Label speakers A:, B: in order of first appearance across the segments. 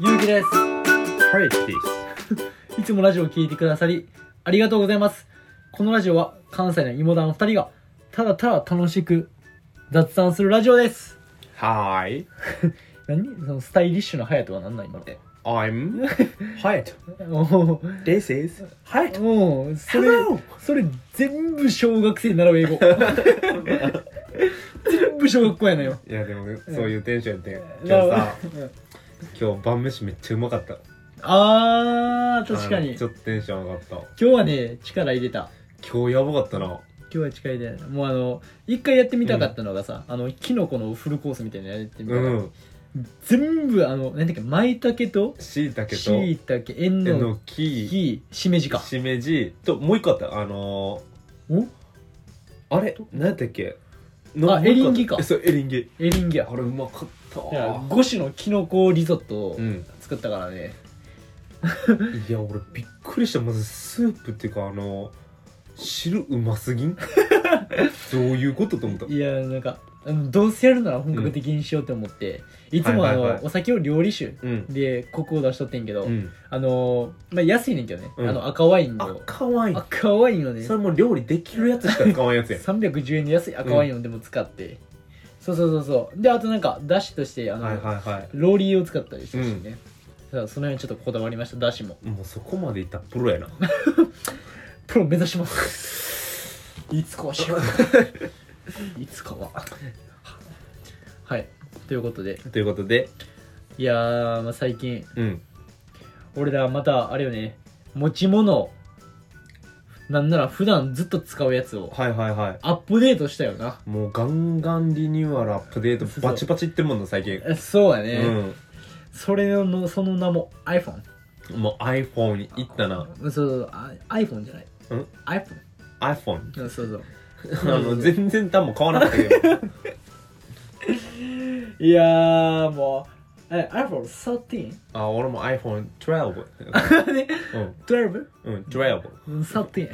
A: ゆうきです
B: はい、です。
A: いつもラジオを聞いてくださりありがとうございますこのラジオは関西の芋団2人がただただ楽しく雑談するラジオです
B: はーい。
A: 何そのスタイリッシュなハヤトは何なん今の
B: I'm Hyatt.
A: お
B: This is Hyatt.
A: おうんそれ
B: Hello.
A: それ全部小学生に習う英 語全部小学校やのよ
B: いや、でも、そういうテンションやって。今
A: な
B: 日
A: る
B: さ、
A: ほどうん
B: 今日晩飯めっちゃうまかった。
A: あー確か
B: あ
A: に
B: のちょっとテンション上がった。
A: 今日はね力入れた
B: 今日やばかったな。
A: 今日は近いでもうあの一回やってみたかったのがさ、あのキノコのフルコースみたいなのやってみた
B: う
A: ら、
B: ん。
A: 全部あの何だっけ舞茸と
B: 椎茸と、
A: しいたけえん
B: え
A: の
B: のき、
A: きしめじか
B: しめじ、と、もう一個あった。あの
A: お
B: ー、あれ、何やったっけ
A: あエリンギか
B: えそう、エリンギ。
A: エリンギや
B: あれ、うまかった
A: いや5種のキノコリゾットを
B: うん。
A: 作ったからね、
B: いや、俺びっくりした。まずスープっていうか、あの、汁うま すぎんどういうことと思った。
A: いやなんかあのどうせやるなら本格的にしようと思って、いつもあの、
B: はいはいはい
A: お酒を料理酒
B: うん。
A: でコクを出しとってんけど、
B: うん。
A: あのまあ安いねんけどね、
B: うん
A: あの赤ワインの
B: 赤ワイン。
A: 赤ワインをね
B: それも料理できるやつしか使わんや つやん。
A: 310円で安い赤ワインをでも使って、そうそうそうそうであとなんかだしとしてあの、
B: はいはいは
A: ローリーを使ったりしたしね、さあその辺ちょっとこだわりましただしも
B: い。もうそこまでいったらプロやな。
A: プロ目指します いつかはしよういつかははいということで
B: ということで、
A: いやー、まあ、最近
B: うん。
A: 俺らまたあれよね持ち物なんなら普段ずっと使うやつを
B: はいはいはい。
A: アップデートしたよな
B: もうガンガンリニューアルアップデ
A: そうそ
B: ー
A: う
B: トバチバチいってるもんな、最近。
A: えそうやね、
B: うん。
A: それのその名も iPhone
B: もう iPhone に行ったな。
A: そうそうあ iPhone じゃない
B: うん
A: iPhone
B: iPhone。
A: そうそう
B: あの、全然多分買わなかったけ ど。
A: いやーもうえ iPhone13?
B: あ、俺も iPhone12。うん。
A: 12?
B: うん、12。
A: うん、サってん。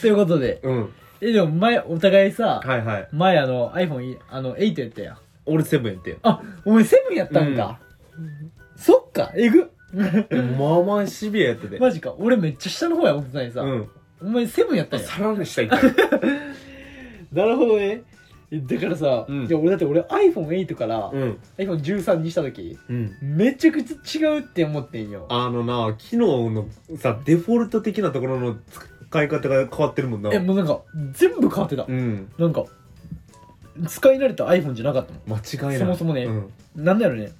A: ということで、
B: うん。
A: え、でも前、お互いさ、
B: はいはい。
A: 前あの iPhone、いあの、8やったやん。
B: 俺7やってよ。
A: あ、お前7やったんか。そっか、えぐ。
B: まあまあシビアやってて。
A: マジか、俺めっちゃ下の方や思ってたのにさ、
B: うん。
A: お前7やったんや。
B: さらにした いから。
A: なるほどね。えだからさ、
B: うん
A: いや俺だって俺 iPhone8 から
B: うん。
A: iPhone13 にした時、
B: うん。
A: めちゃくちゃ違うって思ってんよ。
B: あのな、機能のさ、デフォルト的なところの使い方が変わってるもんな。
A: え、もうなんか、全部変わってた。
B: うん。
A: なんか、使い慣れた iPhone じゃなかったもん。
B: 間違いない。
A: そもそもね
B: うん。
A: なんだろうね、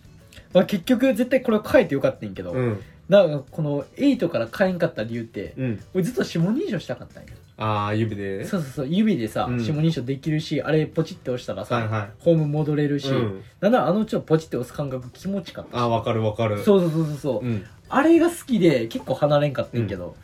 A: まあ、結局絶対これは変えてよかったんやけど、
B: うん。
A: なんかこの8から変えんかった理由って、
B: うん。
A: 俺ずっと指紋認証したかったんや
B: ああ、指で。
A: そうそうそう指でさ、
B: うん
A: 指紋認証できるしあれポチって押したらさ、
B: はいは
A: ホーム戻れる
B: い。
A: し、
B: うん。
A: なんならあのちょっとポチって押す感覚気持ちかった
B: ああ、わかるわかる。う。
A: そうそうそうそうそう、
B: うん。
A: あれが好きで結構離れんかったんやけど、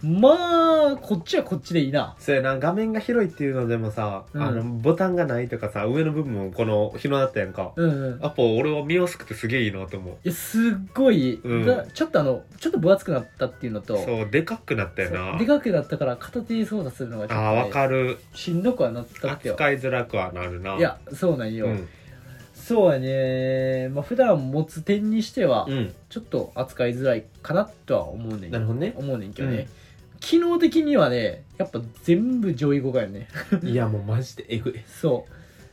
A: まあこっちはこっちでいいな
B: そうやな、画面が広いっていうのでもさ、
A: うん
B: あの、ボタンがないとかさ、上の部分もこの、広なったやんか。
A: うんうん
B: アポ、俺は見やすくてすげえいいなと思う。
A: いやすっごい、
B: うん
A: だちょっとあのちょっと分厚くなったっていうのと
B: そう、でかくなったよ
A: そう
B: な
A: で。かくなったから片手で操作するのがちょっと、ね、
B: ああー、わかる。
A: しんどくはなったってよ
B: 扱いづらくはなるな。
A: いやそうなん
B: う
A: よ、
B: ん。
A: そうやねまあ普段持つ点にしては
B: うん。
A: ちょっと扱いづらいかなとは思うねん
B: なるほどね。
A: 思うねんけどね、
B: うん
A: 機能的にはねやっぱ全部上位互換やね
B: いや、もうマジでえぐい。
A: そ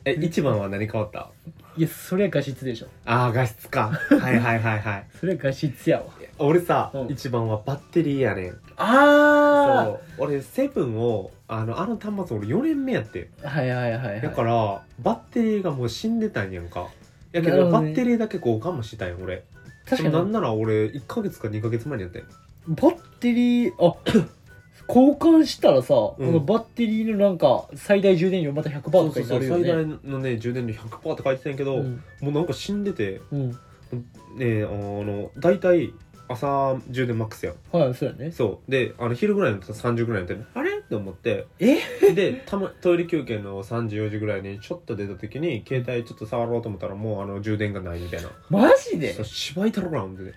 B: え、一番は何変わった
A: ういやそれは画質でしょ
B: ああ画質 かはいはいはいはい
A: それは画質やわ
B: 俺さ、
A: うん
B: 一番はバッテリーやねんそ
A: あ
B: う俺セブンをあのあの端末俺4年目やってん
A: あはいはいはいはい
B: だから、バッテリーがもう死んでたんやんかやけ
A: なる
B: ど、
A: ほど
B: バ
A: ね
B: ッテリーだけ交換もしてたんや俺
A: 確か
B: でもなん
A: に
B: なら俺1ヶ月か2ヶ月前にやってん
A: バッテリーあ 交換したらさ、
B: うん
A: このバッテリーのなんか最大充電量また100%とかになるよね
B: 最大のね充電量100%って書いてたんやけど、
A: うん
B: もうなんか死んでて
A: うん
B: ねあの大体朝充電マックスやん
A: はいそうやね
B: そうであの昼ぐらいの30ぐらいの時にあれって思って
A: え
B: でた、ま、トイレ休憩の34時ぐらいにちょっと出た時に携帯ちょっと触ろうと思ったらもうあの充電がないみたいな
A: マジで
B: そう芝居太郎なんで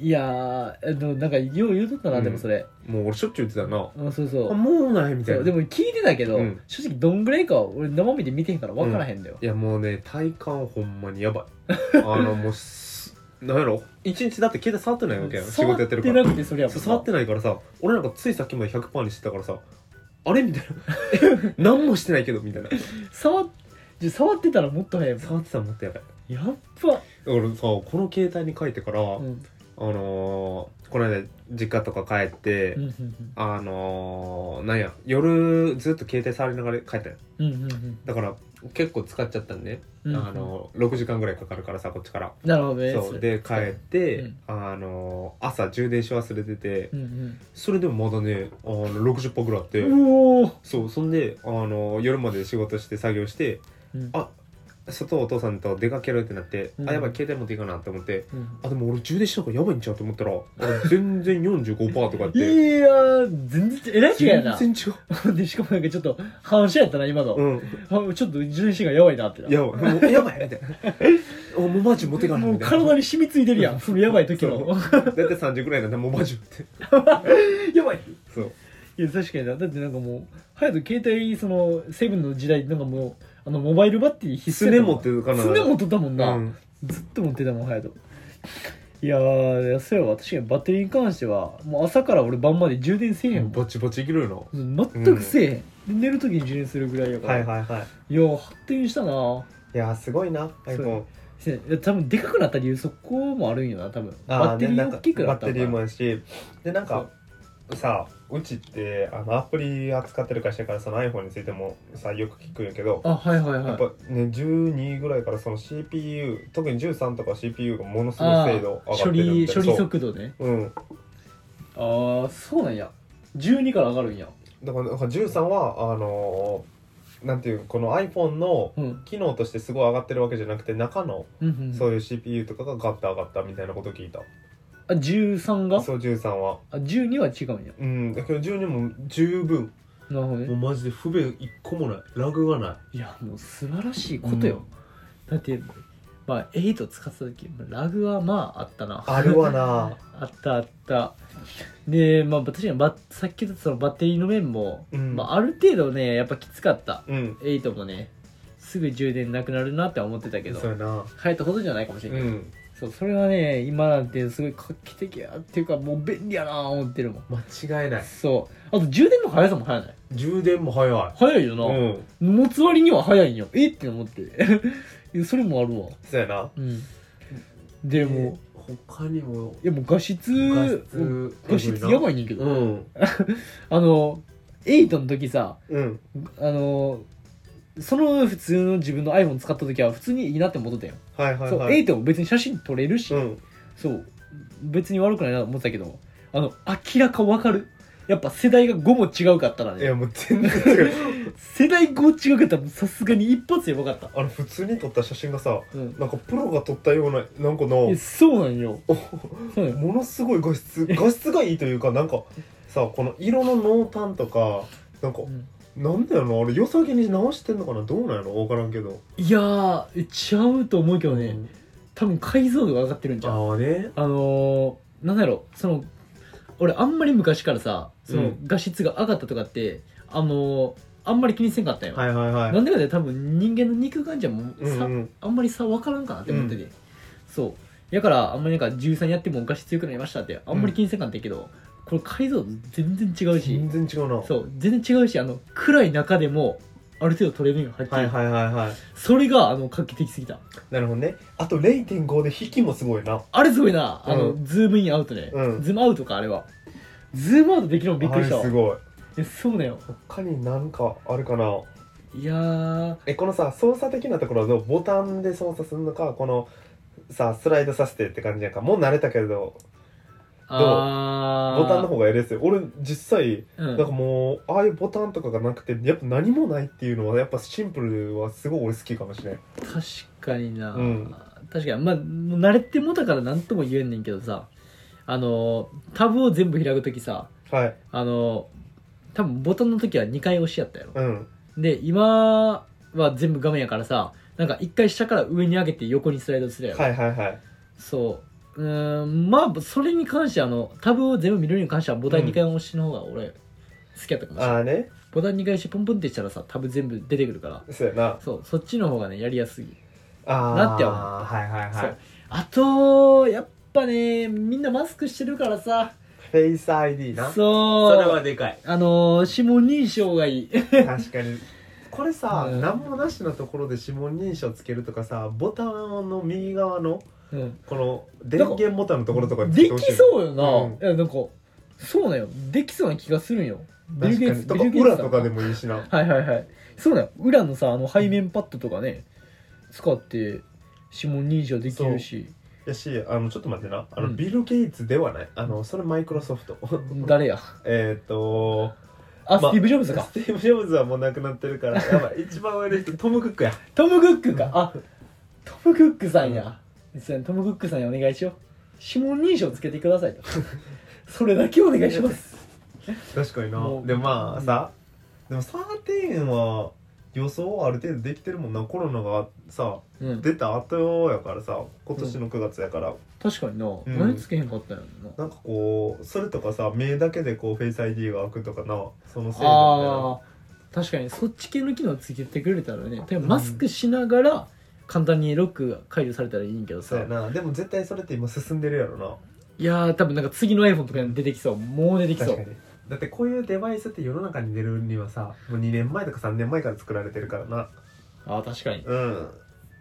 A: いやーでもなんかよう言うとったな、
B: うん
A: でもそれ、
B: もう俺しょっちゅう言ってたな
A: うん、そうそ
B: あ
A: う
B: もうないみたい
A: そう
B: な
A: でも聞いてたけど、
B: うん
A: 正直どんぐらいかは俺生身で見てへんから分からへんだよ、
B: いやもうね体感ほんまにやばいあのもうすなんやろ一日だって携帯触ってないわけやん仕
A: 触
B: 事
A: っ
B: やっ
A: て
B: てるから
A: なくてそれやもん
B: そう
A: な
B: 触ってないからさ俺なんかついさっきまで100%にしてたからさあれみたい な何もしてないけどみたいな
A: 触っじゃあ触ってたらもっと早いもん
B: 触ってたらもっとやばい
A: やっぱ、
B: 俺さこの携帯に書いてから、
A: うんうん
B: あのーこの間実家とか帰って、
A: うんうん
B: あのーなんや夜ずっと携帯触りながら帰ったよ
A: うんうんうん
B: だから結構使っちゃったんね、
A: うん
B: あのー6時間ぐらいかかるからさこっちから、
A: なるほどね
B: そうで帰っ
A: れ
B: て、
A: うん
B: あのー朝充電し忘れてて、
A: うん
B: それでもまだねあの60%ぐらいあって、
A: うんうおー
B: そうそんで、あのー夜まで仕事して作業して
A: うん
B: あ外お父さんと出かけるってなって、
A: うん
B: あやばい携帯持っていいかなって思って
A: うん
B: あでも俺充電しなんかやばいんちゃうと思ったらあ全然45%とかやっ
A: い
B: て
A: やー全然えらい違いや
B: 全
A: な
B: 然違う
A: でしかもなんかちょっと反射やったな今の、
B: うん
A: あちょっと自分身がやばいなってな
B: やば いもうやばいみたいなおもうマジ持ってかない
A: もう
B: みたいな
A: 体に染みついてるやんそのやばい時
B: そ
A: の
B: だって30くらいなんだもうマジ持って
A: やばい
B: そう
A: いや確かになだってなんかもう隼人携帯そのセブンの時代なんかもうあのモバイルバッテリー必須
B: す
A: や
B: ね
A: たも
B: 持
A: ん
B: ってるから
A: すね持っとったもんな、
B: うん
A: ずっと持ってたもん隼人いやーそうやわ確かにバッテリーに関してはもう朝から俺晩まで充電せえへんもん
B: バチバチいけるよ
A: 全くせえへん、で寝る時に充電するぐらいやから、、
B: なはいはい
A: やー発展したない
B: やすごいな
A: そうせや多分でかくなった理由そこもあるんよな多分バ
B: あ
A: ッ
B: ー
A: テ
B: ね
A: リ
B: な
A: ー
B: ん
A: 大
B: か
A: きくなった
B: バッ
A: ん
B: テ
A: か
B: リー
A: な
B: もやしでなんかさうちってあのアプリ扱ってる会社やからその iPhone についてもさよく聞くんやけど
A: あはいはい
B: や
A: は
B: っ
A: い
B: ぱね12ぐらいからその CPU 特に13とか CPU がものすごい精度上が
A: 処
B: ってる
A: 理
B: みたい
A: 処理
B: なそう
A: 速度ね
B: うん
A: ああそうなんや12から上がるんや
B: だからなんか13はあのーなんていうこの iPhone の
A: うん
B: 機能としてすごい上がってるわけじゃなくて中の
A: うんうんうん
B: そういう CPU とかがガッと上がったみたいなこと聞いた、
A: あ13が
B: そう13は
A: あ12は違うんや
B: うんだけど12も十分
A: なるほど
B: もう
A: ね
B: マジで不便一個もないラグがない
A: いやもう素晴らしいことよ、だってまあ8使ってた時ラグはまああったな
B: あるわな
A: あったあったでまあ確かにバッさっき言ったそのバッテリーの面も、
B: うん
A: まあ、ある程度ねやっぱきつかった
B: うん
A: 8もねすぐ充電なくなるなって思ってたけど
B: そうやな
A: 変えたほどじゃないかもし
B: う
A: れない、
B: ん
A: そうそれはね今なんてすごい画期的やっていうかもう便利やな思ってるもん
B: 間違いない
A: そうあと充電の速さも速ない
B: 充電も早い
A: 早いよな、
B: うん
A: 持つ割には早いんよえって思って いやそれもあるわ
B: そうやな
A: うんでも
B: う他にも
A: いやもう画質
B: 画
A: うん
B: 質
A: 画質やばいねんけど、
B: うん
A: あの8の時さ
B: うん
A: あのその普通の自分の iPhone 使った時は普通にいいなって思ってたよ、
B: はいはいはい
A: そう8も別に写真撮れるし、
B: うん
A: そう別に悪くないなと思ってたけどあの明らかわかるやっぱ世代が5も違うかったら
B: い
A: ね
B: やもう全然違う
A: 世代5違うかったらさすがに一発やばかった
B: あの普通に撮った写真がさ
A: うん
B: なんかプロが撮ったようななんかない
A: やそうなんよそうなんよ
B: ものすごい画質画質がいいというかなんかさこの色の濃淡とかなんか
A: うん
B: なんだよなあれ良さげに直してんのかなどうなんやろ分からんけど
A: いやー違うと思うけどね、多分解像度が上がってるんじゃんあ
B: ああね
A: のー、なんだろうその俺あんまり昔からさそうの
B: ん
A: 画質が上がったとかって、あのー、あんまり気にせんかったんよ、
B: はいはいはい
A: なんでかって多分人間の肉眼じゃもう
B: う
A: さ、
B: んうん
A: あんまり差分からんかなって思ってて、そうやからあんまりなんか13やっても画質強くなりましたってあんまり気にせんかったけど、これ解像度全然違うし、
B: 全然違うな
A: そう全然違うしあの暗い中でもある程度撮れるんよはっきり、
B: はいはいはいはい
A: それがあの画期的すぎた
B: なるほどねあと0.5で引きもすごいな
A: あれすごいなあの、
B: う
A: ズームインアウトね、
B: うん
A: ズームアウトかあれはズームアウトできるのびっくりした
B: あ
A: わ
B: れすごい
A: えそうだよ
B: 他になんかあるかない
A: やー
B: えこのさ操作的なところのボタンで操作するのかこのさスライドさせてって感じやんかもう慣れたけど
A: あー
B: ボタンの方がやりやすい俺実際
A: うん
B: なんかもうああいうボタンとかがなくてやっぱ何もないっていうのはやっぱシンプルはすごい俺好きかもしれん
A: 確かにな、
B: うん
A: 確かにまあもう慣れてもたから何とも言えんねんけどさあのタブを全部開く時さ
B: はい
A: あの多分ボタンの時は2回押しやったやろ
B: うん
A: で今は全部画面やからさなんか1回下から上に上げて横にスライドするやろ、
B: はいはいはい
A: そううーんまあそれに関してあのタブを全部見るに関してはボタン2回押しの方が俺好きやったかもしれない、
B: ああね
A: ボタン2回押してポンポンってしたらさタブ全部出てくるから
B: そうやな
A: そうそっちの方がねやりやすい
B: あー
A: なって思った
B: はいはい
A: そ
B: は
A: う
B: い
A: あとやっぱねみんなマスクしてるからさ
B: フェイス ID なそ
A: そう
B: れはでかい
A: あのー指紋認証がいい
B: 確かにこれさ、
A: うん
B: 何もなしのところで指紋認証つけるとかさボタンの右側の
A: うん
B: この電源ボタンのところとかにつ
A: で
B: けてほしい
A: きそうよな、
B: うん
A: いやなんかそうなんよできそうな気がするんよビル
B: 確
A: ゲ
B: か
A: イツ
B: にと
A: ビ
B: か
A: ルゲイツ
B: 裏
A: さん
B: とかでもいいしな
A: はいはいはいそうなんよ裏のさあの背面パッドとかね使って指紋認証できるし
B: やしあのちょっと待ってなあの、
A: うん
B: ビル・ゲイツではないあのそれマイクロソフト
A: 誰や
B: えーっと
A: あ、
B: ま
A: スティーブ・ジョブズか
B: スティーブ・ジョブズはもう亡くなってるからやばい一番悪い人トム・クックや
A: トム・クックかあトム・クックさんや、そうやトム・クックさんにお願いしよう指紋認証つけてくださいとそれだけお願いします
B: 確かにな
A: もう
B: でもまあさ、でも13は予想ある程度できてるもんなコロナがさ
A: うん
B: 出た後やからさ今年の9月やから、
A: 確かにな、
B: ん
A: 何つけへんかったんやろな
B: なんかこうそれとかさ目だけでこうフェイス ID が開くとかなそのせい
A: あー確かにそっち系の機能つけてくれたらねでもマスクしながら簡単にロックが解除されたらいいんやけど
B: そ
A: さ、
B: うやなでも絶対それって今進んでるやろない
A: やー多分なんか次の iPhone とかに出てきそうもう出てきそ
B: 確
A: う
B: かにだってこういうデバイスって世の中に出るにはさもう2年前とか3年前から作られてるからな
A: あー確かに
B: うん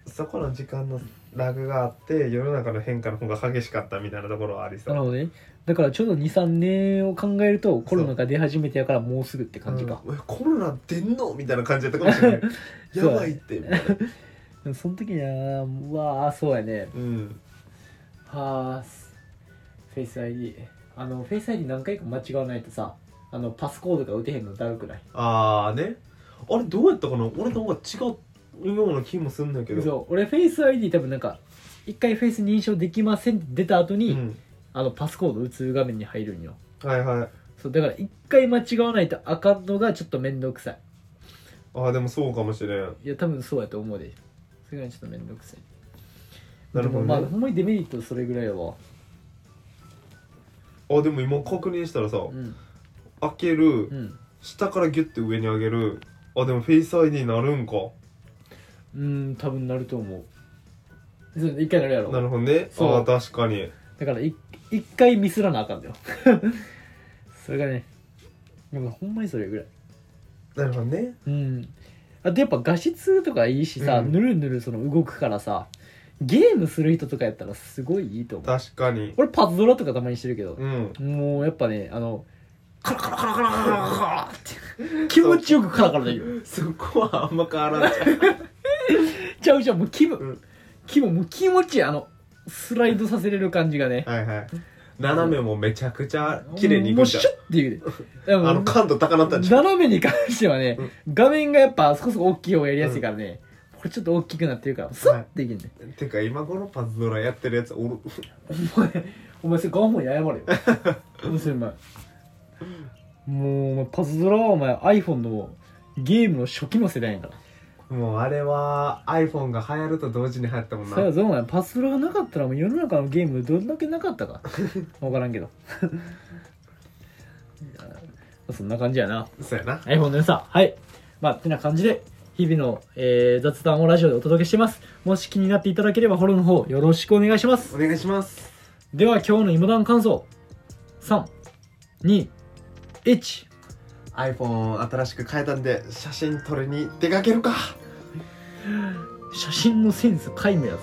B: そこの時間のラグがあって世の中の変化の方が激しかったみたいなところはありそ
A: なる
B: う
A: ほどねだからちょうど23年を考えるとコロナが出始めてやからもうすぐって感じか、
B: うんえコロナ出んのみたいな感じやったかもし れないやばいってみたいな
A: でもその時にはうわーそうやね
B: うん
A: はあフェイス ID あのフェイス ID 何回か間違わないとさあのパスコードが打てへんのだるくない
B: ああねあれどうやったかな俺の方が違うような気もすんだけど
A: そう俺フェイス ID 多分なんか一回フェイス認証できませんって出た後に、
B: うん、
A: あのパスコード打つ画面に入るんよ
B: はいはい
A: そうだから一回間違わないとあかんのがちょっと面倒くさい
B: ああでもそうかもしれん
A: いや多分そうやと思うでそれがちょっと面倒くさい
B: なるほどね
A: でもまあほんまにデメリットそれぐらいやわ
B: あでも今確認したらさ、
A: うん
B: 開ける
A: うん
B: 下からギュッて上に上げるあでもフェイス ID になるんか
A: うん多分なると思うそう一回なるやろ
B: なるほどね
A: そう
B: ああ確かに
A: だからい一回ミスらなあかんだよ それがねでもほんまにそれぐらい
B: なるほどね
A: うんあとやっぱ画質とかいいしさ、
B: うん
A: ぬるぬるその動くからさゲームする人とかやったらすごいいいと思う
B: 確かに
A: 俺パズドラとかたまにしてるけど、
B: うん
A: もうやっぱねあのカラカラカラカラカラカラカラって気持ちよくカラカラできる
B: そこはあんま変わらない
A: ちゃうちゃうもう気分、
B: うん
A: 気分もう気持ちいいあのスライドさせれる感じがね
B: はいはい斜めもめちゃくちゃ綺麗にいくんじゃん
A: もうシュッていうででも
B: あの感度高なったんじゃん
A: 斜めに関してはね、画面がやっぱそこそこ大きい方がやりやすいからね、これちょっと大きくなってるからスッていけんね、
B: てか今このパズドラやってるやつおる
A: お前お前それガンモに謝れよどうせお前もうお前パズドラはお前 iPhone のゲームの初期の世代やから、
B: もうあれは iPhone が流行ると同時に流行ったもんな
A: そうやぞお前パズドラがなかったらもう世の中のゲームどんだけなかった か分からんけど いやそんな感じやな
B: そうやな
A: iPhone の良さはいまあてな感じで日々の、えー雑談をラジオでお届けしてますもし気になっていただければフォローの方よろしくお願いします
B: お願いします
A: では今日の芋団感想321
B: iPhone 新しく変えたんで写真撮りに出かけるか
A: 写真のセンス皆無やぞ